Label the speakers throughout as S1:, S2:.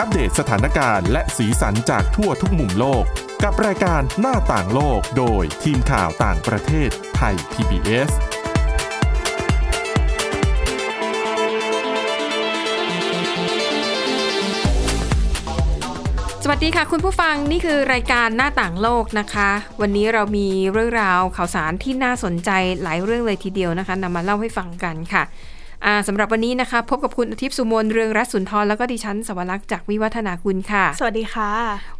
S1: อัปเดตสถานการณ์และสีสันจากทั่วทุกมุมโลก กับรายการหน้าต่างโลกโดยทีมข่าวต่างประเทศไทย PBS
S2: สวัสดีค่ะ คุณผู้ฟังนี่คือรายการหน้าต่างโลกนะคะ วันนี้เรามีเรื่องราวข่าวสารที่น่าสนใจหลายเรื่องเลยทีเดียวนะคะนำมาเล่าให้ฟังกันค่ะอ่าสำหรับวันนี้นะคะ พบกับคุณอาทิตย์สุโมนเรืองรัตน์สุนทรแล้วก็ดิฉันสวรักษ์จากวิวัฒนาคุณค่ะ
S3: สวัสดีค่ะ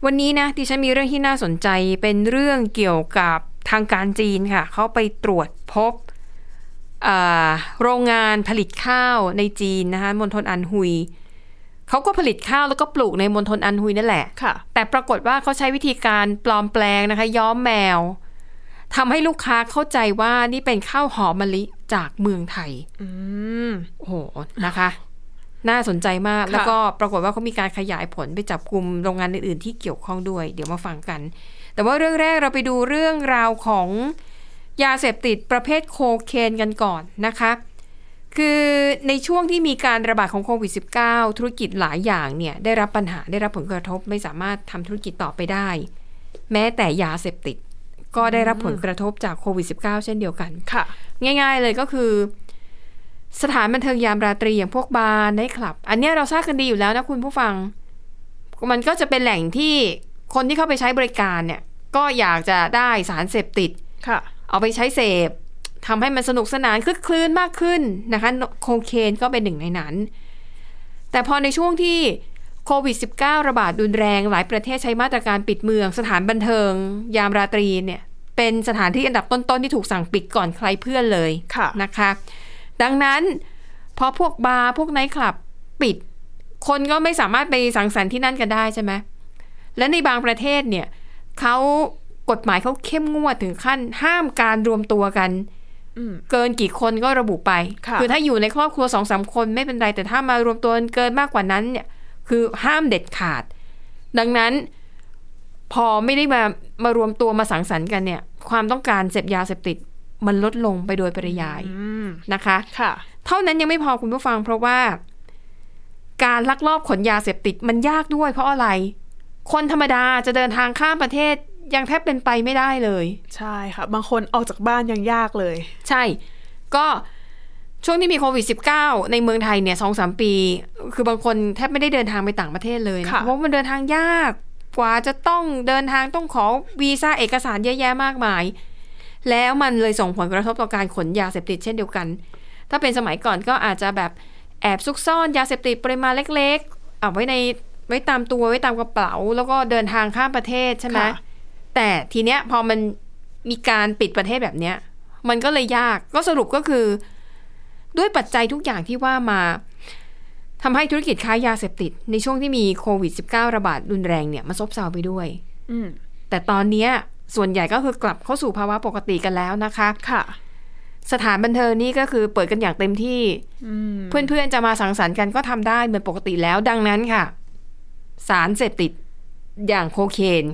S2: วันนี้นะดิฉันมีเรื่องที่น่าสนใจเป็นเรื่องเกี่ยวกับทางการจีนค่ะ เขาไปตรวจพบอ่าโรงงานผลิตข้าวในจีนนะคะมณฑลอันฮุยเขาก็ผลิตข้าวแล้วก็ปลูกในมณฑลอันฮุยนั่นแหละ
S3: ค่ะ
S2: แต่ปรากฏว่าเขาใช้วิธีการปลอมแปลงนะคะ ย้อมแมวทำให้ลูกค้าเข้าใจว่านี่เป็นข้าวหอมมะลิจากเมืองไทย
S3: อืม
S2: โอ้โหนะคะ น่าสนใจมาก
S3: ค่ะ
S2: แล้วก็ปรากฏว่าเขามีการขยายผลไปจับกลุ่มโรงงานอื่นๆที่เกี่ยวข้องด้วย เดี๋ยวมาฟังกัน แต่ว่าเรื่องแรกเราไปดูเรื่องราวของยาเสพติดประเภทโคเคนกันก่อนนะคะ คือในช่วงที่มีการระบาดของโควิด -19 ธุรกิจหลายอย่างเนี่ยได้รับปัญหาได้รับผลกระทบไม่สามารถทำธุรกิจต่อไปได้ แม้แต่ยาเสพติดก็ได้รับผลกระทบจากโควิด -19 เช่นเดียวกัน
S3: ค่ะ
S2: ง่ายๆเลยก็คือ สถานบันเทิงยามราตรีอย่างพวกบาร์ไนท์คลับ อันเนี้ยเราทราบกันดีอยู่แล้วนะคุณผู้ฟัง มันก็จะเป็นแหล่งที่คนที่เข้าไปใช้บริการเนี่ย ก็อยากจะได้สารเสพติด
S3: ค่ะ
S2: เอาไปใช้เสพทำให้มันสนุกสนานคลึกคลื่นมากขึ้นนะคะโคเคนก็เป็นหนึ่งในนั้น แต่พอในช่วงที่โควิด -19 ระบาดรุนแรงหลายประเทศใช้มาตรการปิดเมือง สถานบันเทิง ยามราตรีเนี่ย เป็นสถานที่อันดับต้น ๆ ที่ถูกสั่งปิดก่อนใครเพื่อนเลย
S3: ค่ะ
S2: นะคะ ดังนั้นพอพวกบาร์พวกไนท์คลับปิด คนก็ไม่สามารถไปสังสรรค์ที่นั่นกันได้ใช่ไหม และในบางประเทศเนี่ยเขากฎหมายเขาเข้มงวดถึงขั้นห้ามการรวมตัวกัน
S3: อืม
S2: เกินกี่คนก็ระบุไป
S3: ค่ะ
S2: อถ้าอยู่ในครอบครัวสองสามคนไม่เป็นไร แต่ถ้ามารวมตัวกันเกินมากกว่านั้นเนี่ย คือห้ามเด็ดขาด ดังนั้น พอไม่ได้มามารวมตัวมาสังสรรค์กันเนี่ย ความต้องการเสพยาเสพติดมันลดลงไปโดยปริยาย
S3: อืม
S2: นะคะ
S3: ค่ะ
S2: เท่านั้นยังไม่พอคุณผู้ฟังเพราะว่า การลักลอบขนยาเสพติดมันยากด้วยเพราะอะไร คนธรรมดาจะเดินทางข้ามประเทศยังแทบเป็นไปไม่ได้เลย
S3: ใช่ค่ะ บางคนออกจากบ้านยังยากเลย
S2: ใช่ก็ช่วงที่มีโควิด -19 ในเมืองไทยเนี่ยสองสามปี คือบางคนแทบไม่ได้เดินทางไปต่างประเทศเลยนะ
S3: ค่ะ
S2: เพราะมันเดินทางยากกว่าจะต้องเดินทางต้องขอวีซ่าเอกสารเยอะแยะมากมาย แล้วมันเลยส่งผลกระทบต่อการขนยาเสพติดเช่นเดียวกัน ถ้าเป็นสมัยก่อนก็อาจจะแบบแอบซุกซ่อนยาเสพติดปริมาณเล็กๆเอาไว้ในไว้ตามตัวไว้ตามกระเป๋า แล้วก็เดินทางข้ามประเทศใช่ไหม
S3: ค่ะ
S2: แต่ทีเนี้ยพอมันมีการปิดประเทศแบบเนี้ย มันก็เลยยากก็สรุปก็คือ ด้วยปัจจัยทุกอย่างที่ว่ามาทำให้ธุรกิจค้ายาเสพติด ในช่วงที่มีโควิด -19 ระบาดรุนแรงเนี่ยมันซบเซาไปด้วย
S3: อืม
S2: แต่ตอนเนี้ยส่วนใหญ่ก็คือกลับเข้าสู่ภาวะปกติกันแล้วนะคะ
S3: ค่ะ
S2: สถานบันเทิงนี่ก็คือเปิดกันอย่างเต็มที่
S3: อืม
S2: เพื่อนๆ จะมาสังสรรค์กันก็ทำได้เหมือนปกติแล้วดังนั้นค่ะ สารเสพติดอย่างโคเคน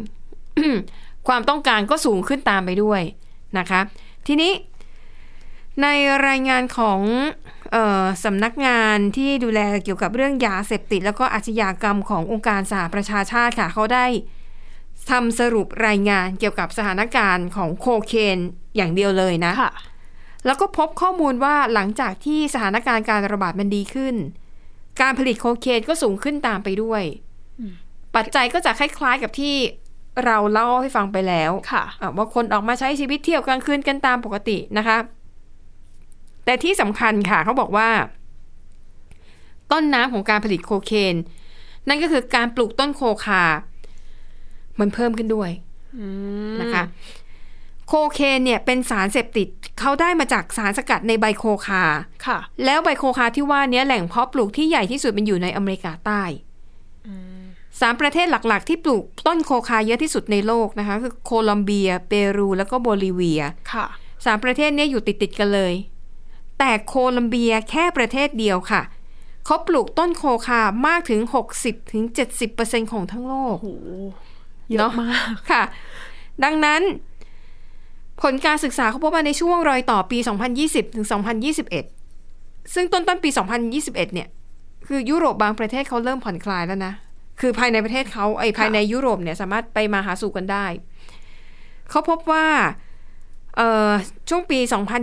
S2: ความต้องการก็สูงขึ้นตามไปด้วยนะคะ ทีนี้ในรายงานของเออสำนักงานที่ดูแลเกี่ยวกับเรื่องยาเสพติด แล้วก็อาชญากรรมขององค์การสหประชาชาติค่ะ เขาได้ทำสรุปรายงานเกี่ยวกับสถานการณ์ของโคเคนอย่างเดียวเลยนะ
S3: ค่ะ
S2: แล้วก็พบข้อมูลว่าหลังจากที่สถานการณ์การระบาดมันดีขึ้น การผลิตโคเคนก็สูงขึ้นตามไปด้วย
S3: อืม
S2: ปัจจัยก็จะคล้ายๆกับที่เราเล่าให้ฟังไปแล้ว
S3: ค่ะ
S2: อ่ะว่าคนออกมาใช้ชีวิตเที่ยวกลางคืนกันตามปกตินะคะ แต่ที่สำคัญค่ะเขาบอกว่า ต้นน้ำของการผลิตโคเคน นั่นก็คือการปลูกต้นโคคา มันเพิ่มขึ้นด้วย
S3: อืม
S2: นะคะโคเคนเนี่ยเป็นสารเสพติดเขาได้มาจากสารสกัดในใบโคคา
S3: ค่ะ
S2: แล้วใบโคคาที่ว่าเนี้ยแหล่งเพาะปลูกที่ใหญ่ที่สุดมันอยู่ในอเมริกาใต้
S3: อืม
S2: สามประเทศหลักๆ ที่ปลูกต้นโคคาเยอะที่สุดในโลกนะคะ คือโคลอมเบีย เปรู แล้วก็โบลิเวีย
S3: ค่ะ
S2: สามประเทศเนี้ยอยู่ติดติดๆกันเลย แต่โคลอมเบียแค่ประเทศเดียวค่ะเขาปลูกต้นโคคามากถึง 60-70%ของทั้งโลก
S3: โห เยอะ
S2: เนาะ
S3: มาก
S2: ค่ะ ดังนั้น ผลการศึกษาเขาพบว่าในช่วงรอยต่อปี 2020 ถึง 2021 ซึ่งต้นต้นปี 2021 เนี่ย คือยุโรปบางประเทศเขาเริ่มผ่อนคลายแล้วนะ คือภายในประเทศเขาไอ้ยภายในยุโรปเนี่ยสามารถไปมาหาสู่กันได้ เขาพบว่าเอ่อช่วงปี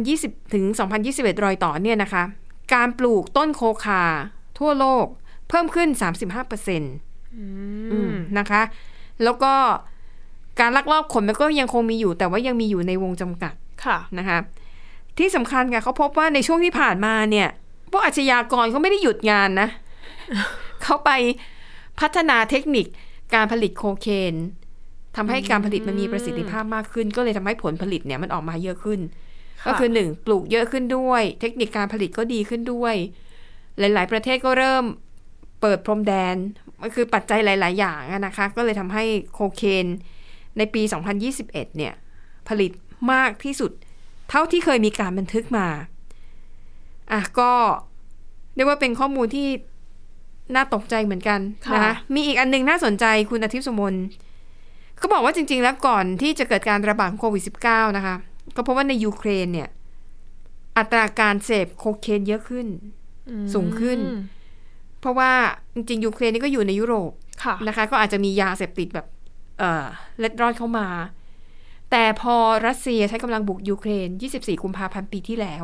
S2: 2020 ถึง 2021 รอยต่อเนี่ยนะคะ การปลูกต้นโคคาทั่วโลกเพิ่มขึ้น 35%
S3: อื
S2: อื
S3: ม
S2: มนะคะ แล้วก็การลักลอบขนมันก็ยังคงมีอยู่ แต่ว่ายังมีอยู่ในวงจำกัด
S3: ค่ะ
S2: นะคะที่สำคัญค่ะเขาพบว่าในช่วงที่ผ่านมาเนี่ยพวกอาชญากรเขาไม่ได้หยุดงาน นะ เขาไปพัฒนาเทคนิคการผลิตโคเคนทำให้การผลิตมันมีประสิทธิภาพมากขึ้น ก็เลยทำให้ผลผลิตเนี่ยมันออกมาเยอะขึ้น ก็คือหนึ่งปลูกเยอะขึ้นด้วย เทคนิคการผลิตก็ดีขึ้นด้วย หลาย ๆ ประเทศก็เริ่มเปิดพรมแดนก็คือปัจจัยหลาย ๆ อย่างอะนะคะ ก็เลยทำให้โคเคนในปี 2021 เนี่ย ผลิตมากที่สุด เท่าที่เคยมีการบันทึกมา อ่ะก็เรียกว่าเป็นข้อมูลที่น่าตกใจเหมือนกัน
S3: ค่ะ
S2: นะคะมีอีกอันหนึงน่าสนใจคุณอาทิตย์สุมนเขาบอกว่าจริง ๆ แล้วก่อนที่จะเกิดการระบาดของโควิด -19 นะคะ ก็เพราะว่าในยูเครนเนี่ย อัตราการเสพโคเคนเยอะขึ้น
S3: อืม
S2: สูงขึ้น เพราะว่าจริงๆยูเครนนี่ก็อยู่ในยุโรป
S3: ค่ะ
S2: นะคะก็อาจจะมียาเสพติดแบบเอ่อเล็ดรอดเข้ามา แต่พอรัสเซียใช้กำลังบุกยูเครน 24 กุมภาพันธ์ปีที่แล้ว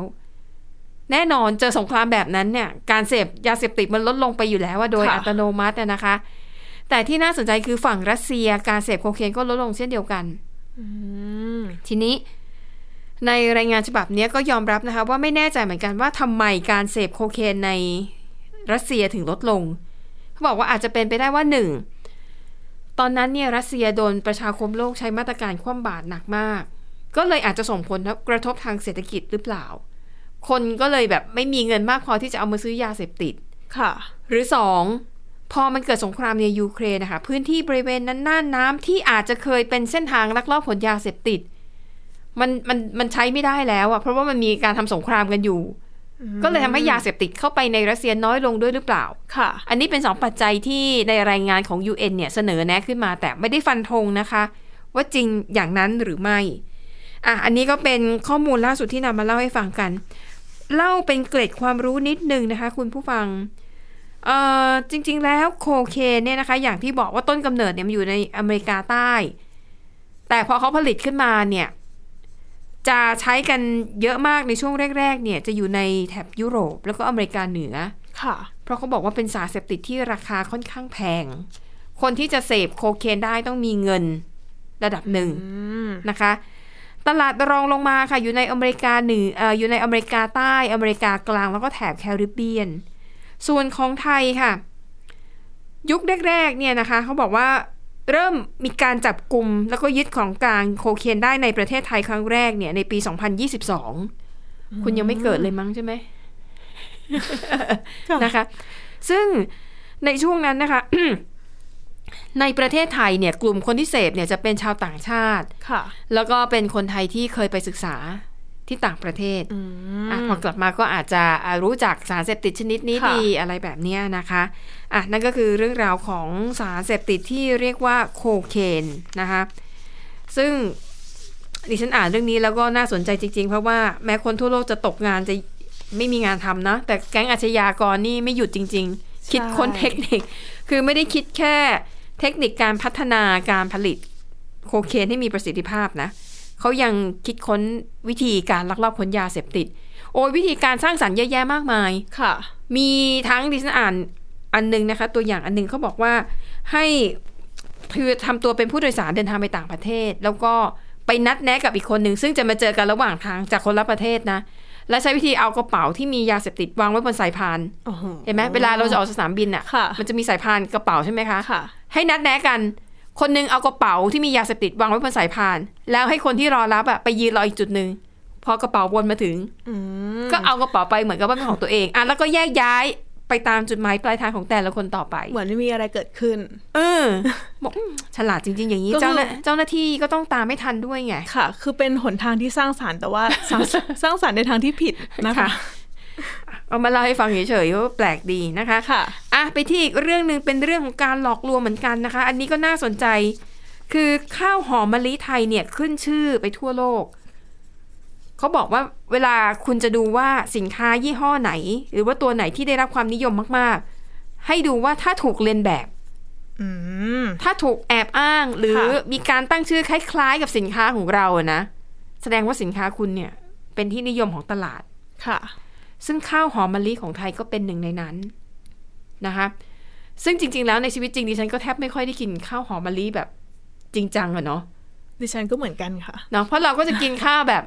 S2: แน่นอนเจอสงครามแบบนั้นเนี่ย การเสพยาเสพติดมันลดลงไปอยู่แล้วอะโดย
S3: ค่ะ
S2: อัตโนมัติอะนะคะ แต่ที่น่าสนใจคือฝั่งรัสเซียการเสพโคเคนก็ลดลงเช่นเดียวกัน
S3: อืม
S2: ทีนี้ในรายงานฉบับเนี้ยก็ยอมรับนะคะว่าไม่แน่ใจเหมือนกันว่าทำไมการเสพโคเคนในรัสเซียถึงลดลง เขาบอกว่าอาจจะเป็นไปได้ว่าหนึ่งตอนนั้นเนี่ยรัสเซียโดนประชาคมโลกใช้มาตรการคว่ำบาตรหนักมาก ก็เลยอาจจะส่งผลกระทบทางเศรษฐกิจหรือเปล่า คนก็เลยแบบไม่มีเงินมากพอที่จะเอามาซื้อยาเสพติด
S3: ค่ะ
S2: หรือสองพอมันเกิดสงครามในยูเครนนะคะพื้นที่บริเวณนั้นน่านน้ำที่อาจจะเคยเป็นเส้นทางลักลอบขนยาเสพติด มันมันมันใช้ไม่ได้แล้วอะเพราะว่ามันมีการทำสงครามกันอยู่
S3: อืม
S2: ก็เลยทำให้ยาเสพติดเข้าไปในรัสเซียน้อยลงด้วยหรือเปล่า
S3: ค่ะ
S2: อันนี้เป็นสองปัจจัยที่ในรายงานของ UN เนี่ยเสนอแนะขึ้นมาแต่ไม่ได้ฟันธงนะคะ ว่าจริงอย่างนั้นหรือไม่อ่ะอันนี้ก็เป็นข้อมูลล่าสุดที่นำมาเล่าให้ฟังกัน เล่าเป็นเกร็ดความรู้นิดนึงนะคะคุณผู้ฟังเอ่อจริง ๆ แล้วโคเคนเนี่ยนะคะ อย่างที่บอกว่าต้นกำเนิดเนี่ยมันอยู่ในอเมริกาใต้ แต่พอเขาผลิตขึ้นมาเนี่ยจะใช้กันเยอะมากในช่วงแรก ๆ เนี่ยจะอยู่ในแถบยุโรป แล้วก็อเมริกาเหนือ
S3: ค่ะ
S2: เพราะเขาบอกว่าเป็นสารเสพติดที่ราคาค่อนข้างแพง คนที่จะเสพโคเคนได้ต้องมีเงินระดับหนึ่ง
S3: อืม
S2: นะคะ ตลาดรองลงมาค่ะ อยู่ในอเมริกาเหนือเอออยู่ในอเมริกาใต้ อเมริกากลางแล้วก็แถบแคริบเบียน ส่วนของไทยค่ะ ยุคแรกๆเนี่ยนะคะเขาบอกว่าเริ่มมีการจับกลุ่มแล้วก็ยึดของกลางโคเคนได้ในประเทศไทยครั้งแรกเนี่ยในปี 2022 คุณยังไม่เกิดเลยมั้งใช่ไหม
S3: ค่ะ
S2: นะคะ ซึ่งในช่วงนั้นนะคะ ในประเทศไทยเนี่ยกลุ่มคนที่เสพเนี่ยจะเป็นชาวต่างชาติ
S3: ค่ะ
S2: แล้วก็เป็นคนไทยที่เคยไปศึกษาที่ต่างประเทศ
S3: อืม
S2: อ่ะพอกลับมาก็อาจจะอ่ะรู้จักสารเสพติดชนิดนี้
S3: ค่ะ
S2: ดีอะไรแบบเนี้ยนะคะอ่ะนั่นก็คือเรื่องราวของสารเสพติดที่เรียกว่าโคเคนนะคะซึ่งดิฉันอ่านเรื่องนี้แล้วก็น่าสนใจจริง ๆ เพราะว่าแม้คนทั่วโลกจะตกงานจะไม่มีงานทำนะ แต่แก๊งอาชญากรนี่ไม่หยุดจริง ๆ คิดค้นเทคนิค คือไม่ได้คิดแค่เทคนิคการพัฒนาการผลิตโคเคนให้มีประสิทธิภาพนะ เขายังคิดค้นวิธีการลักลอบขนยาเสพติด โอ้ยวิธีการสร้างสรรค์เยอะแยะมากมาย
S3: ค่ะ
S2: มีทั้งดิฉันอ่านอันหนึงนะคะ ตัวอย่างอันหนึงเขาบอกว่าให้คือทำตัวเป็นผู้โดยสารเดินทางไปต่างประเทศ แล้วก็ไปนัดแนะกับอีกคนหนึ่งซึ่งจะมาเจอกันระหว่างทางจากคนละประเทศนะ และใช้วิธีเอากระเป๋าที่มียาเสพติดวางไว้บนสายพาน
S3: โอ้โห
S2: เห็นไหมเวลาเราจะออกจากสนามบินอ่ะ
S3: ค่ะ
S2: มันจะมีสายพานกระเป๋าใช่ไหมคะ
S3: ค่ะ
S2: ให้นัดแนะกัน คนหนึงเอากระเป๋าที่มียาเสพติดวางไว้บนสายพาน แล้วให้คนที่รอรับอะไปยืนรออีกจุดหนึ่ง พอกระเป๋าวนมาถึง
S3: อืม
S2: ก็เอากระเป๋าไปเหมือนกับว่าเป็นของตัวเองอ่ะแล้วก็แยกย้ายไปตามจุดหมายปลายทางของแต่ละคนต่อไป
S3: เหมือนไม่มีอะไรเกิดขึ้น
S2: เออบอกอืมฉลาดจริง ๆ อย่างนี้
S3: ก็คือ
S2: เจ้าหน้าเจ้าหน้าที่ก็ต้องตามไม่ทันด้วยไง
S3: ค่ะ คือเป็นหนทางที่สร้างสารรค์แต่ว่า สร้างสร้างสรรค์ในทางที่ผิดนะคะ
S2: เอามาเล่าให้ฟังเฉยๆว่าแปลกดีนะคะ
S3: ค่ะ
S2: อ่ะไปที่อีกเรื่องหนึ่งเป็นเรื่องของการหลอกลวงเหมือนกันนะคะ อันนี้ก็น่าสนใจ คือข้าวหอมมะลิไทยเนี่ยขึ้นชื่อไปทั่วโลก เขาบอกว่าเวลาคุณจะดูว่าสินค้ายี่ห้อไหน หรือว่าตัวไหนที่ได้รับความนิยมมากๆ ให้ดูว่าถ้าถูกเลียนแบบ
S3: อืม
S2: ถ้าถูกแอบอ้างหรือ
S3: ค่ะ
S2: มีการตั้งชื่อคล้ายๆ กับสินค้าของเราอะนะ แสดงว่าสินค้าคุณเนี่ย เป็นที่นิยมของตลาด
S3: ค่ะ
S2: ซึ่งข้าวหอมมะลิของไทยก็เป็นหนึ่งในนั้นนะคะ ซึ่งจริง ๆ แล้วในชีวิตจริงดิฉันก็แทบไม่ค่อยได้กินข้าวหอมมะลิแบบจริงจังอะเนาะ
S3: ดิฉันก็เหมือนกันค่ะ
S2: เนาะเพราะเราก็จะกินข้าวแบบ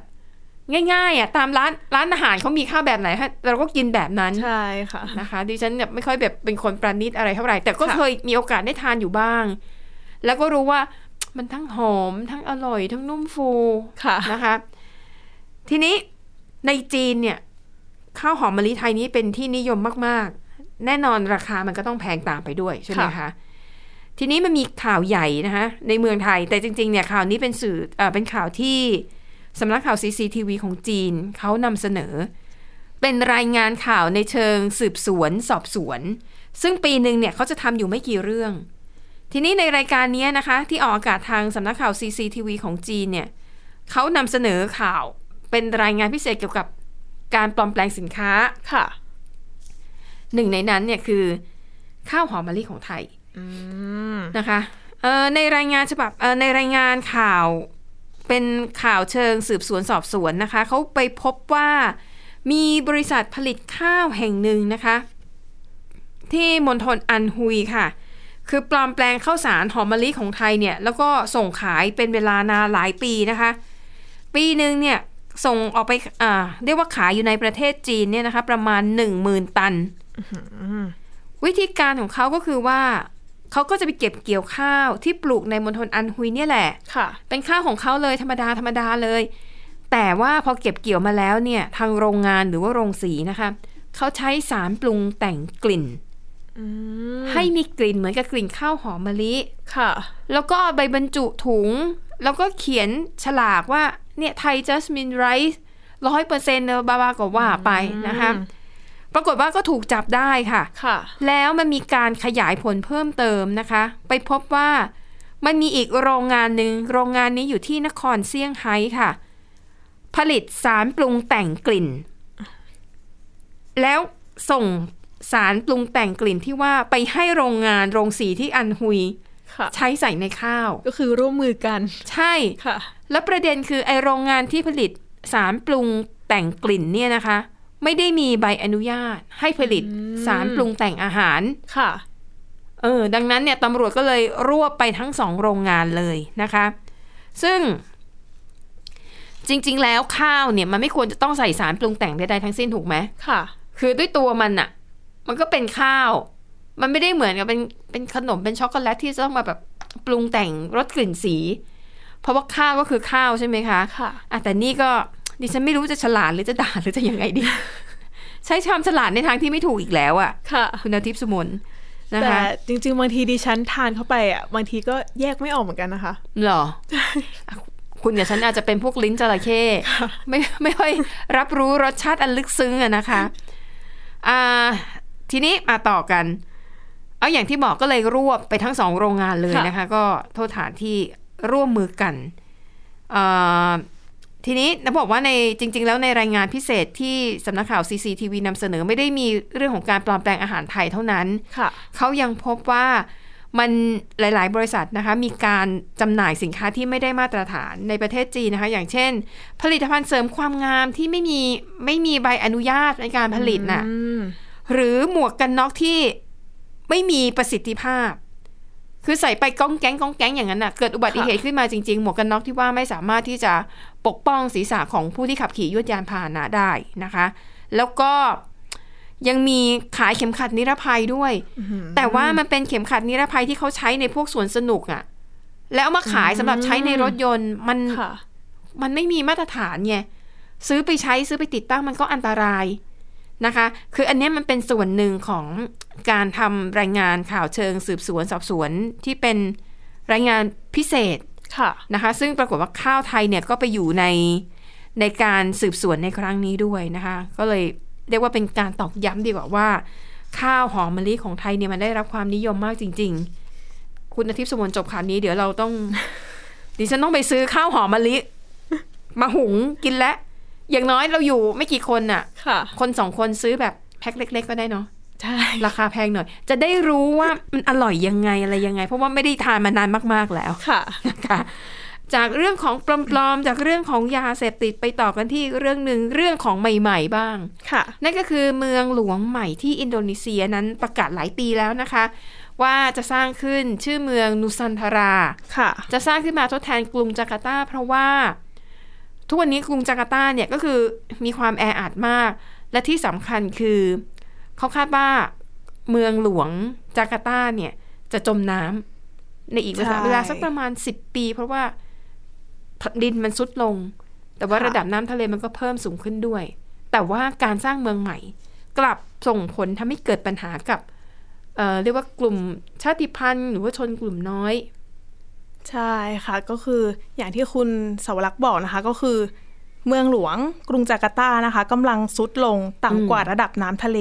S2: ง่ายๆอะตามร้านร้านอาหารเขามีข้าวแบบไหนฮะเราก็กินแบบนั้น
S3: ใช่ค่ะ
S2: นะคะดิฉันแบบไม่ค่อยแบบเป็นคนประณีตอะไรเท่าไหร่ แต่ก็
S3: ค่ะ
S2: เคยมีโอกาสได้ทานอยู่บ้าง แล้วก็รู้ว่า มันทั้งหอม ทั้งอร่อย ทั้งนุ่มฟู
S3: ค่ะ
S2: นะคะ ทีนี้ในจีนเนี่ย ข้าวหอมมะลิไทยนี้เป็นที่นิยมมาก ๆ แน่นอนราคามันก็ต้องแพงตามไปด้วย ใช่ไหม
S3: ค่ะ
S2: คะ ทีนี้มันมีข่าวใหญ่นะคะในเมืองไทยแต่จริง ๆ เนี่ยข่าวนี้เป็นสื่อเออเป็นข่าวที่สำนักข่าว CCTV ของจีนเขานำเสนอ เป็นรายงานข่าวในเชิงสืบสวนสอบสวน ซึ่งปีหนึ่งเนี่ยเขาจะทำอยู่ไม่กี่เรื่อง ทีนี้ในรายการเนี้ยนะคะ ที่ออกอากาศทางสำนักข่าว CCTV ของจีนเนี่ยเขานำเสนอข่าวเป็นรายงานพิเศษเกี่ยวกับการปลอมแปลงสินค้า
S3: ค่ะ
S2: หนึ่งในนั้นเนี่ยคือข้าวหอมมะลิของไทย
S3: อืม
S2: นะคะเอ่อในรายงานฉบับเอ่อในรายงานข่าวเป็นข่าวเชิงสืบสวนสอบสวนนะคะเขาไปพบว่ามีบริษัทผลิตข้าวแห่งหนึ่งนะคะ ที่มณฑลอันฮุยค่ะ คือปลอมแปลงข้าวสารหอมมะลิของไทยเนี่ย แล้วก็ส่งขายเป็นเวลานานหลายปีนะคะ ปีหนึ่งเนี่ย ส่งออกไปอ่าเรียกว่าขายอยู่ในประเทศจีนเนี่ยนะคะ ประมาณ 10,000 ตัน วิธีการของเขาก็คือว่าเขาก็จะไปเก็บเกี่ยวข้าวที่ปลูกในมณฑลอันฮุยเนี่ยแหละ
S3: ค่ะ
S2: เป็นข้าวของเขาเลยธรรมดาธรรมดาเลย แต่ว่าพอเก็บเกี่ยวมาแล้วเนี่ย ทางโรงงานหรือว่าโรงสีนะคะเขาใช้สารปรุงแต่งกลิ่น
S3: อืม
S2: ให้มีกลิ่นเหมือนกับกลิ่นข้าวหอมมะลิ
S3: ค่ะ
S2: แล้วก็เอาใบบรรจุถุง แล้วก็เขียนฉลากว่าเนี่ยไทยจัสมินไรซ์ร้อยเปอร์เซ็นต์บาบาก็ว่าไปนะคะ
S3: อืม
S2: ปรากฏว่าก็ถูกจับได้ค่ะ
S3: ค่ะ
S2: แล้วมันมีการขยายผลเพิ่มเติมนะคะ ไปพบว่ามันมีอีกโรงงานหนึ่งโรงงานนี้อยู่ที่นครเซี่ยงไฮ้ค่ะ ผลิตสารปรุงแต่งกลิ่น แล้วส่งสารปรุงแต่งกลิ่นที่ว่าไปให้โรงงานโรงสีที่อันฮุย
S3: ค่ะ
S2: ใช้ใส่ในข้าว
S3: ก็คือร่วมมือกัน
S2: ใช่
S3: ค่ะ
S2: แล้วประเด็นคือไอโรงงานที่ผลิตสารปรุงแต่งกลิ่นเนี่ยนะคะ ไม่ได้มีใบอนุญาต ให้ผลิตสารปรุงแต่งอาหาร
S3: ค่ะ
S2: เออดังนั้นเนี่ยตำรวจก็เลยรวบไปทั้งสองโรงงานเลยนะคะ ซึ่งจริง ๆ แล้วข้าวเนี่ยมันไม่ควรจะต้องใส่สารปรุงแต่งใดๆทั้งสิ้นถูกไหม
S3: ค่ะ
S2: คือด้วยตัวมันอะมันก็เป็นข้าว มันไม่ได้เหมือนกับเป็นเป็นขนมเป็นช็อกโกแลตที่จะต้องมาแบบปรุงแต่งรสกลิ่นสี เพราะว่าข้าวก็คือข้าวใช่ไหมคะ
S3: ค่ะ
S2: อ่ะแต่นี่ก็ดิฉันไม่รู้จะฉลาดหรือจะด่าหรือจะยังไงดี ใช้คำฉลาดในทางที่ไม่ถูกอีกแล้วอะ
S3: ค่ะ
S2: คุณอาทิตย์สมุนนะ
S3: แต่
S2: คะ
S3: จริงๆ บางทีดิฉันทานเข้าไปอ่ะ บางทีก็แยกไม่ออกเหมือนกันนะคะ
S2: หรออ่ะคุณกับฉันอาจจะเป็นพวกลิ้นจระเข้ไม่ไม่ค่อยรับรู้รสชาติอันลึกซึ้งอะนะคะอ่าทีนี้มาต่อกัน เอาอย่างที่บอกก็เลยรวบไปทั้งสองโรงงานเลย
S3: ค่ะ
S2: นะคะ ก็โทษฐานที่ร่วมมือกันอ่าทีนี้นะบอกว่าในจริง ๆ แล้วในรายงานพิเศษที่สำนักข่าว CCTV นำเสนอไม่ได้มีเรื่องของการปลอมแปลงอาหารไทยเท่านั้น
S3: ค่ะ
S2: เขายังพบว่ามันหลาย ๆ บริษัทนะคะ มีการจำหน่ายสินค้าที่ไม่ได้มาตรฐานในประเทศจีนนะคะ อย่างเช่น ผลิตภัณฑ์เสริมความงามที่ไม่มีไม่มีใบอนุญาตในการผลิตน่ะ
S3: อืม
S2: หรือหมวกกันน็อกที่ไม่มีประสิทธิภาพ คือใส่ไปก้องแก๊งก้องแก๊งอย่างนั้นน่ะเกิดอุบัติเหตุขึ้นมาจริง ๆ หมวกกันน็อกที่ว่าไม่สามารถที่จะปกป้องศีรษะของผู้ที่ขับขี่ยวดยานพาหนะได้นะคะ แล้วก็ยังมีขายเข็มขัดนิรภัยด้วย แต่ว่ามันเป็นเข็มขัดนิรภัยที่เขาใช้ในพวกสวนสนุกอะแล้วเอามาขายสำหรับใช้ในรถยนต์มัน
S3: ค่ะ
S2: มันไม่มีมาตรฐานไงซื้อไปใช้ซื้อไปติดตั้งมันก็อันตรายนะคะ คืออันเนี้ยมันเป็นส่วนหนึ่งของการทำรายงานข่าวเชิงสืบสวนสอบสวนที่เป็นรายงานพิเศษ
S3: ค่ะ
S2: นะคะซึ่งปรากฏว่าข้าวไทยเนี่ยก็ไปอยู่ในในการสืบสวนในครั้งนี้ด้วยนะคะ ก็เลยเรียกว่าเป็นการตอกย้ำดีกว่าว่า ข้าวหอมมะลิของไทยเนี่ยมันได้รับความนิยมมากจริง ๆ คุณอาทิตย์สมนจบข่าวนี้เดี๋ยวเราต้อง ดิฉันต้องไปซื้อข้าวหอมมะลิ มาหุงกินแล้วอย่างน้อยเราอยู่ไม่กี่คนน่ะ
S3: ค่ะ
S2: คนสองคนซื้อแบบแพ็คเล็ก ๆ ก็ได้เนาะ
S3: ใช่
S2: ราคาแพงหน่อย จะได้รู้ว่ามันอร่อยยังไงอะไรยังไง เพราะว่าไม่ได้ทานมานานมากๆแล้ว
S3: ค่ะ
S2: นะคะจากเรื่องของปลอมๆ จากเรื่องของยาเสพติดไปต่อกันที่เรื่องหนึ่งเรื่องของใหม่ๆบ้าง
S3: ค่ะ
S2: นั่นก็คือเมืองหลวงใหม่ที่อินโดนีเซียนั้นประกาศหลายปีแล้วนะคะ ว่าจะสร้างขึ้นชื่อเมืองนุสันทรา
S3: ค่ะ
S2: จะสร้างขึ้นมาทดแทนกรุงจาการ์ตา เพราะว่า ทุกวันนี้กรุงจาการ์ตาเนี่ยก็คือมีความแออัดมาก และที่สำคัญคือเขาคาดว่าเมืองหลวงจาการ์ตาเนี่ย จะจมน้ำในอีกเวลา
S3: ใช่
S2: เวลาสักประมาณสิบปี เพราะว่าดินมันซุดลง แต่ว่า
S3: ค่ะ
S2: ระดับน้ำทะเลมันก็เพิ่มสูงขึ้นด้วย แต่ว่าการสร้างเมืองใหม่ กลับส่งผลทำให้เกิดปัญหากับเอ่อเรียกว่ากลุ่มชาติพันธุ์ หรือว่าชนกลุ่มน้อย
S3: ใช่ค่ะก็คืออย่างที่คุณสวรักษ์บอกนะคะก็คือ เมืองหลวงกรุงจาการ์ตานะคะกำลังซุดลง
S2: อืม
S3: ต่ำกว่าระดับน้ำทะเล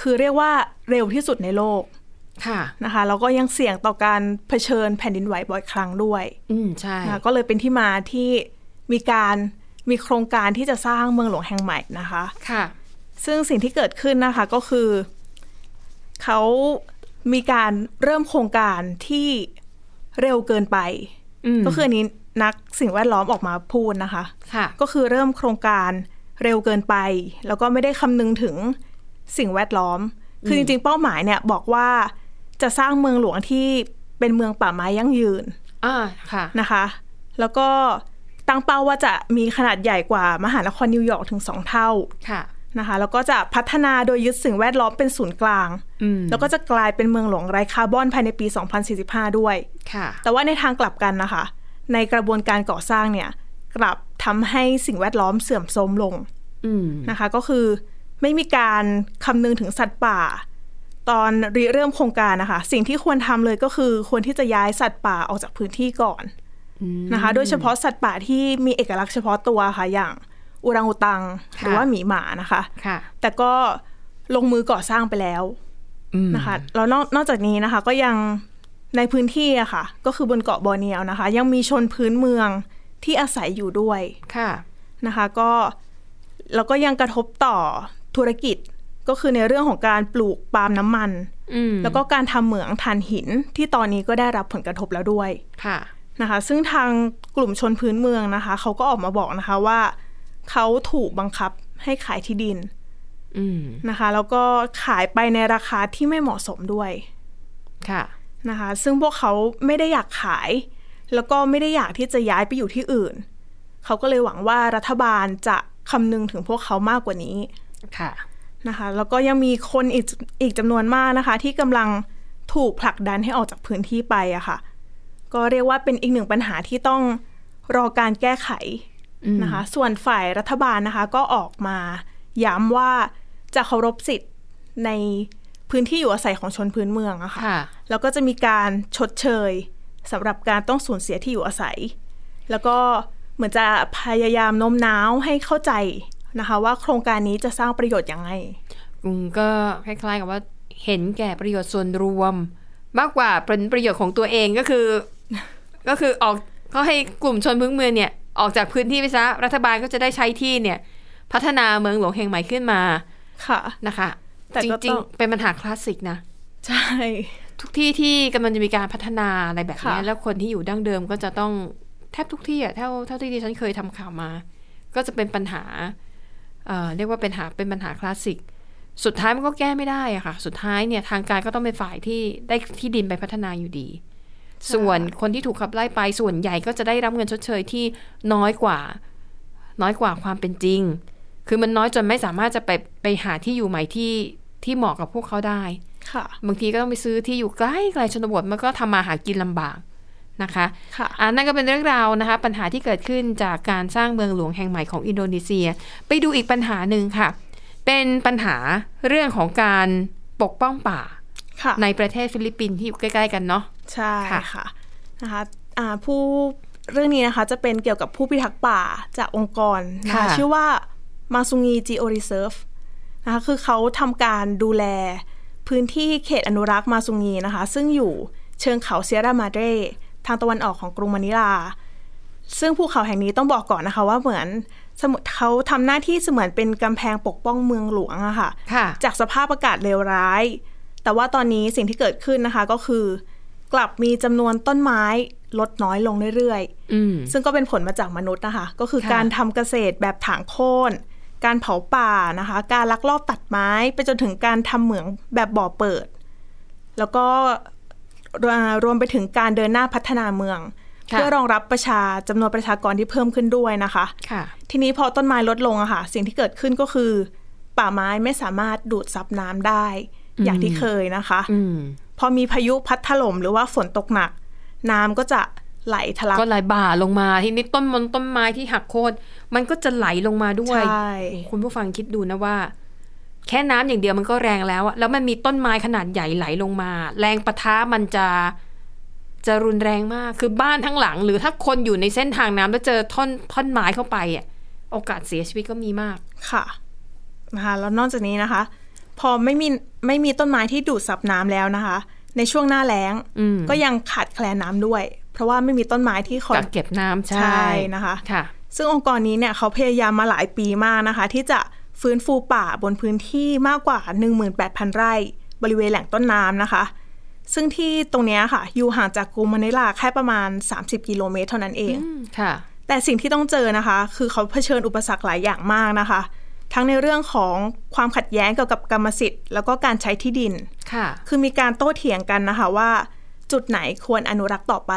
S3: คือเรียกว่าเร็วที่สุดในโลก
S2: ค่ะ
S3: นะคะแล้วก็ยังเสี่ยงต่อการเผชิญแผ่นดินไหวบ่อยครั้งด้วย
S2: อืมใช่
S3: นะคะก็เลยเป็นที่มาที่มีการมีโครงการที่จะสร้างเมืองหลวงแห่งใหม่นะคะ
S2: ค่ะ
S3: ซึ่งสิ่งที่เกิดขึ้นนะคะก็คือเขามีการเริ่มโครงการที่เร็วเกินไป
S2: อืม
S3: ก็คืออันนี้นักสิ่งแวดล้อมออกมาพูดนะคะ
S2: ค่ะ
S3: ก็คือเริ่มโครงการเร็วเกินไป แล้วก็ไม่ได้คำนึงถึงสิ่งแวดล้อม คือจริงๆเป้าหมายเนี่ยบอกว่าจะสร้างเมืองหลวงที่เป็นเมืองป่าไม้ยั่งยืน
S2: อ่า ค่ะ
S3: นะคะ แล้วก็ตั้งเป้าว่าจะมีขนาดใหญ่กว่ามหานครนิวยอร์กถึงสองเท่า
S2: ค่ะ
S3: นะคะ แล้วก็จะพัฒนาโดยยึดสิ่งแวดล้อมเป็นศูนย์กลาง
S2: อืม
S3: แล้วก็จะกลายเป็นเมืองหลวงไร้คาร์บอนภายในปี 2045 ด้วย
S2: ค่ะ
S3: แต่ว่าในทางกลับกันนะคะ ในกระบวนการก่อสร้างเนี่ย กลับทำให้สิ่งแวดล้อมเสื่อมโทรมลง
S2: อืม
S3: นะคะ ก็คือไม่มีการคำนึงถึงสัตว์ป่า ตอนริเริ่มโครงการนะคะ สิ่งที่ควรทำเลยก็คือควรที่จะย้ายสัตว์ป่าออกจากพื้นที่ก่อน
S2: อืม
S3: นะคะ โดยเฉพาะสัตว์ป่าที่มีเอกลักษณ์เฉพาะตัวค่ะ อย่างอุรังอุตัง หรือ
S2: ค่ะ
S3: ว่าหมีหมานะคะ
S2: ค่ะ
S3: แต่ก็ลงมือก่อสร้างไปแล้ว
S2: อืม
S3: นะคะแล้วนอกนอกจากนี้นะคะก็ยังในพื้นที่อะค่ะ ก็คือบนเกาะบอร์เนียวนะคะ ยังมีชนพื้นเมืองที่อาศัยอยู่ด้วย
S2: ค่ะ
S3: นะคะก็แล้วก็ยังกระทบต่อธุรกิจก็คือในเรื่องของการปลูกปาล์มน้ำมัน
S2: อืม
S3: แล้วก็การทำเหมืองถ่านหินที่ตอนนี้ก็ได้รับผลกระทบแล้วด้วย
S2: ค่ะ
S3: นะคะ ซึ่งทางกลุ่มชนพื้นเมืองนะคะเขาก็ออกมาบอกนะคะว่าเขาถูกบังคับให้ขายที่ดิน
S2: อืม
S3: นะคะ แล้วก็ขายไปในราคาที่ไม่เหมาะสมด้วย
S2: ค่ะ
S3: นะคะซึ่งพวกเขาไม่ได้อยากขาย แล้วก็ไม่ได้อยากที่จะย้ายไปอยู่ที่อื่น เขาก็เลยหวังว่ารัฐบาลจะคำนึงถึงพวกเขามากกว่านี้
S2: ค่ะ
S3: นะคะแล้วก็ยังมีคนอีกอีกจำนวนมากนะคะ ที่กำลังถูกผลักดันให้ออกจากพื้นที่ไปอะค่ะ ก็เรียกว่าเป็นอีกหนึ่งปัญหาที่ต้องรอการแก้ไขนะคะ ส่วนฝ่ายรัฐบาลนะคะก็ออกมาย้ำว่าจะเคารพสิทธิ์ในพื้นที่อยู่อาศัยของชนพื้นเมืองอะค่ะ
S2: ค่ะ
S3: แล้วก็จะมีการชดเชยสำหรับการต้องสูญเสียที่อยู่อาศัย แล้วก็เหมือนจะพยายามโน้มน้าวให้เข้าใจนะคะ ว่าโครงการนี้จะสร้างประโยชน์ยังไง
S2: อืมก็คล้ายๆกับว่าเห็นแก่ประโยชน์ส่วนรวม มากกว่าผลประโยชน์ของตัวเองก็คือ ก็คือออกเขาให้กลุ่มชนพื้นเมืองเนี่ย ออกจากพื้นที่ไปซะรัฐบาลก็จะได้ใช้ที่เนี่ย พัฒนาเมืองหลวงแห่งใหม่ขึ้นมา
S3: ค่ะ
S2: นะคะ
S3: แต่
S2: จ
S3: ก็
S2: ริ
S3: ต้
S2: ง
S3: อง
S2: ๆ เป็นปัญหาคลาสสิกนะ
S3: ใช่
S2: ทุกที่ที่กำลังจะมีการพัฒนาอะไรแบบเนี้ย
S3: ค่ะ
S2: แล้วคนที่อยู่ดั้งเดิมก็จะต้องแทบทุกที่อะเท่าเท่าที่ดิฉันเคยทำข่าวมา ก็จะเป็นปัญหาเอ่อเรียกว่าเป็นหาเป็นปัญหาคลาสสิก สุดท้ายมันก็แก้ไม่ได้อะค่ะ สุดท้ายเนี่ยทางการก็ต้องเป็นฝ่ายที่ได้ที่ดินไปพัฒนาอยู่ดี ส่วนคนที่ถูกขับไล่ไปส่วนใหญ่ก็จะได้รับเงินชดเชยที่น้อยกว่า น้อยกว่าความเป็นจริง คือมันน้อยจนไม่สามารถจะไปไปหาที่อยู่ใหม่ที่ที่เหมาะกับพวกเขาได้
S3: ค่ะ
S2: บางทีก็ต้องไปซื้อที่อยู่ใกล้ไกลชนบทมันก็ทำมาหากินลำบากนะคะ
S3: ค่ะ
S2: อันนั่นก็เป็นเรื่องราวนะคะ ปัญหาที่เกิดขึ้นจากการสร้างเมืองหลวงแห่งใหม่ของอินโดนีเซีย ไปดูอีกปัญหาหนึ่งค่ะ เป็นปัญหาเรื่องของการปกป้องป่า
S3: ค่ะ
S2: ในประเทศฟิลิปปินส์ที่อยู่ใกล้ๆกันเนาะ
S3: ใช่
S2: ค่ะ
S3: ค่ะนะคะอ่าผู้เรื่องนี้นะคะจะเป็นเกี่ยวกับผู้พิทักษ์ป่าจากองค์กรนะคะ
S2: ค่ะ
S3: ชื่อว่ามาซุงีจีโอรีเซิร์ฟนะคะคือเขาทำการดูแลพื้นที่เขตอนุรักษ์มาซุงีนะคะ ซึ่งอยู่เชิงเขาเซียรามาเดรทางตะวันออกของกรุงมะนิลา ซึ่งภูเขาแห่งนี้ต้องบอกก่อนนะคะว่าเหมือน สมุเขาทำหน้าที่เสมือนเป็นกำแพงปกป้องเมืองหลวงอะค่ะ
S2: ค่ะ
S3: จากสภาพอากาศเลวร้าย แต่ว่าตอนนี้สิ่งที่เกิดขึ้นนะคะก็คือ กลับมีจำนวนต้นไม้ลดน้อยลงเรื่อย
S2: อืม
S3: ๆ ซึ่งก็เป็นผลมาจากมนุษย์นะคะ ก็คือ
S2: ค่ะ
S3: การทำเกษตรแบบถางโค่น การเผาป่านะคะ การลักลอบตัดไม้ ไปจนถึงการทำเหมืองแบบบ่อเปิด แล้วก็รวรวมไปถึงการเดินหน้าพัฒนาเมือง
S2: ค่ะ
S3: เพื่อรองรับประชาจำนวนประชากรที่เพิ่มขึ้นด้วยนะคะ
S2: ค่ะ
S3: ทีนี้พอต้นไม้ลดลงอะค่ะ สิ่งที่เกิดขึ้นก็คือ ป่าไม้ไม่สามารถดูดซับน้ำได้ อย่างที่เคยนะคะ
S2: อืม
S3: พอมีพายุพัดถล่มหรือว่าฝนตกหนัก น้ำก็จะไหลทะลัก
S2: ก็ไหลบ่าลงมาทีนี้ต้นมนต้นไม้ที่หักโค่นมันก็จะไหลลงมาด้วย
S3: ใช่
S2: โอ้โหคุณผู้ฟังคิดดูนะว่า แค่น้ำอย่างเดียวมันก็แรงแล้วอะแล้วมันมีต้นไม้ขนาดใหญ่ไหลลงมา แรงปะทะมันจะจะรุนแรงมาก คือบ้านทั้งหลัง หรือถ้าคนอยู่ในเส้นทางน้ำแล้วเจอท่อนท่อนไม้เข้าไปอะโอกาสเสียชีวิตก็มีมาก
S3: ค่ะนะคะแล้วนอกจากนี้นะคะ พอไม่มีไม่มีต้นไม้ที่ดูดซับน้ำแล้วนะคะ ในช่วงหน้าแล้ง
S2: อืม
S3: ก็ยังขาดแคลนน้ำด้วย เพราะว่าไม่มีต้นไม้ที่คอย
S2: กักเก็บน้ำใช่
S3: ใช่นะคะ
S2: ค่ะ
S3: ซึ่งองค์กรนี้เนี่ยเขาพยายามมาหลายปีมากนะคะ ที่จะฟื้นฟูป่าบนพื้นที่มากกว่า 18,000 ไร่ บริเวณแหล่งต้นน้ำนะคะ ซึ่งที่ตรงเนี้ยค่ะ อยู่ห่างจากกรุงมะนิลาแค่ประมาณ 30 กิโลเมตรเท่านั้นเอง
S2: อืมค่ะ
S3: แต่สิ่งที่ต้องเจอนะคะ คือเขาเผชิญอุปสรรคหลายอย่างมากนะคะ ทั้งในเรื่องของความขัดแย้งเกี่ยวกับกรรมสิทธิ์ แล้วก็การใช้ที่ดิน
S2: ค่ะ
S3: คือมีการโต้เถียงกันนะคะว่า จุดไหนควรอนุรักษ์ต่อไป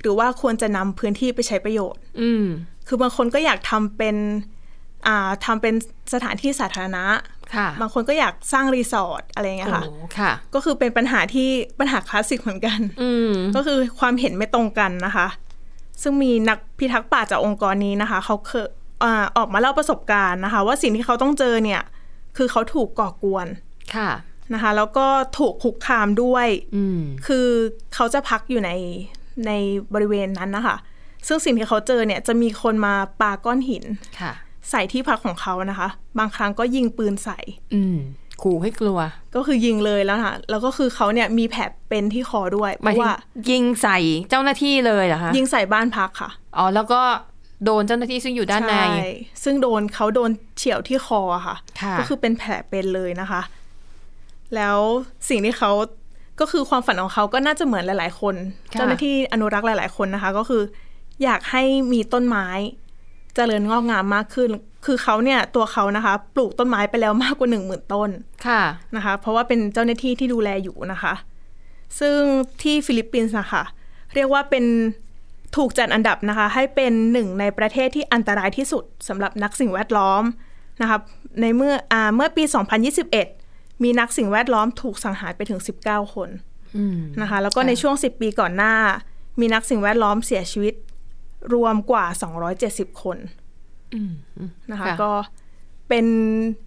S3: หรือว่าควรจะนำพื้นที่ไปใช้ประโยชน์
S2: อืม
S3: คือบางคนก็อยากทำเป็นอ่าทำเป็นสถานที่สาธารณะ
S2: ค่ะ
S3: บางคนก็อยากสร้างรีสอร์ทอะไรอย่างเงี้ยค่ะ
S2: โอ้ค่ะ
S3: ก็คือเป็นปัญหาที่ปัญหาคลาสสิกเหมือนกัน
S2: อืม
S3: ก็คือความเห็นไม่ตรงกันนะคะ ซึ่งมีนักพิทักษ์ป่าจากองค์กรนี้นะคะ เขาเคยอาออกมาเล่าประสบการณ์นะคะ ว่าสิ่งที่เขาต้องเจอเนี่ย คือเขาถูกก่อกวน
S2: ค่ะ
S3: นะคะ แล้วก็ถูกคุกคามด้วย
S2: อืม
S3: คือเขาจะพักอยู่ในในบริเวณนั้นนะคะ ซึ่งสิ่งที่เขาเจอเนี่ยจะมีคนมาปาก้อนหิน
S2: ค่ะ
S3: ใส่ที่พักของเขานะคะ บางครั้งก็ยิงปืนใส่
S2: อืมขู่ให้กลัว
S3: ก็คือยิงเลยแล้วค่ะ แล้วก็คือเขาเนี่ยมีแผลเป็นที่คอด้วย
S2: ห
S3: เพ
S2: มาย
S3: ราะ
S2: ถึง
S3: ว่า
S2: ยิงใส่เจ้าหน้าที่เลยเหรอคะ
S3: ยิงใส่บ้านพักค่ะ
S2: อ๋อแล้วก็โดนเจ้าหน้าที่ซึ่งอยู่ด้านใน
S3: ช่ซึ่งโดนเขาโดนเฉียวที่คอค่ะ
S2: ค่ะ
S3: ก็คือเป็นแผลเป็นเลยนะคะ แล้วสิ่งที่เขาก็คือความฝันของเขาก็น่าจะเหมือนหลาย ๆ คน
S2: ค่ะ
S3: เจ้าหน้าที่อนุรักษ์หลาย ๆ คนนะคะ ก็คือ อยากให้มีต้นไม้เจริญงอกงามมากขึ้น คือเขาเนี่ยตัวเขานะคะ ปลูกต้นไม้ไปแล้วมากกว่าหนึ่งหมื่นต้น
S2: ค่ะ
S3: นะคะเพราะว่าเป็นเจ้าหน้าที่ที่ดูแลอยู่นะคะ ซึ่งที่ฟิลิปปินส์นะคะเรียกว่าเป็นถูกจัดอันดับนะคะ ให้เป็นหนึ่งในประเทศที่อันตรายที่สุดสำหรับนักสิ่งแวดล้อมนะคะในเมื่ออาเมื่อปี 2021 มีนักสิ่งแวดล้อมถูกสังหารไปถึง 19 คน
S2: อืม
S3: นะคะแล้วก็ในช่วง 10 ปีก่อนหน้า มีนักสิ่งแวดล้อมเสียชีวิตรวมกว่า 270 คนนะคะ
S2: ค่ะ
S3: ก็เป็น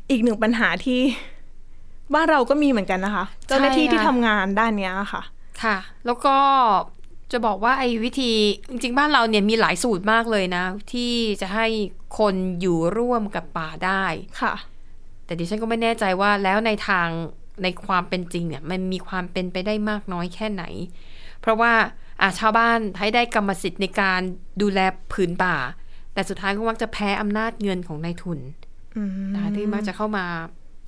S3: อีกหนึ่งปัญหาที่ บ้านเราก็มีเหมือนกันนะคะ เจ้าหน้าที่ที่ทำงานด้านเนี้ยค่ะ
S2: ค่ะ แล้วก็จะบอกว่าไอ้วิธีจริงๆบ้านเราเนี่ยมีหลายสูตรมากเลยนะ ที่จะให้คนอยู่ร่วมกับป่าได้
S3: ค่ะ
S2: แต่ดิฉันก็ไม่แน่ใจว่าแล้วในทางในความเป็นจริงเนี่ยมันมีความเป็นไปได้มากน้อยแค่ไหน เพราะว่าอาชาวบ้านให้ได้กรรมสิทธิ์ในการดูแลผืนป่า แต่สุดท้ายก็มักจะแพ้อำนาจเงินของนายทุน
S3: อืม
S2: นะคะที่มักจะเข้ามา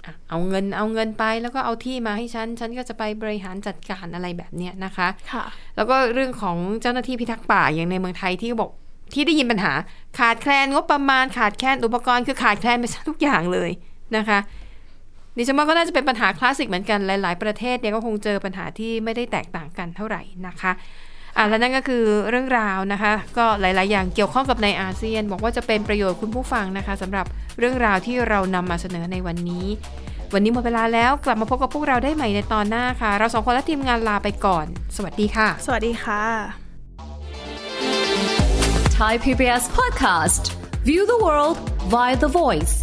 S2: อ่ะเอาเงินเอาเงินไปแล้วก็เอาที่มาให้ฉัน ฉันก็จะไปบริหารจัดการอะไรแบบเนี้ยนะคะ
S3: ค่ะ
S2: แล้วก็เรื่องของเจ้าหน้าที่พิทักษ์ป่าอย่างในเมืองไทยที่ก็บอกที่ได้ยินปัญหา ขาดแคลนงบประมาณขาดแคลนอุปกรณ์คือขาดแคลนไปซะทุกอย่างเลยนะคะดิฉันว่าก็น่าจะเป็นปัญหาคลาสสิกเหมือนกันหลาย ๆ ประเทศเนี่ยก็คงเจอปัญหาที่ไม่ได้แตกต่างกันเท่าไหร่นะคะอ่ะและนั่นก็คือเรื่องราวนะคะ ก็หลาย ๆ อย่างเกี่ยวข้องกับในอาเซียน บอกว่าจะเป็นประโยชน์คุณผู้ฟังนะคะสำหรับเรื่องราวที่เรานำมาเสนอในวันนี้ วันนี้หมดเวลาแล้วกลับมาพบกับพวกเราได้ใหม่ในตอนหน้าค่ะ เราสองคนและทีมงานลาไปก่อน สวัสดีค่ะ
S3: สวัสดีค่ะ
S4: Thai PBS podcast. View the world via the voice.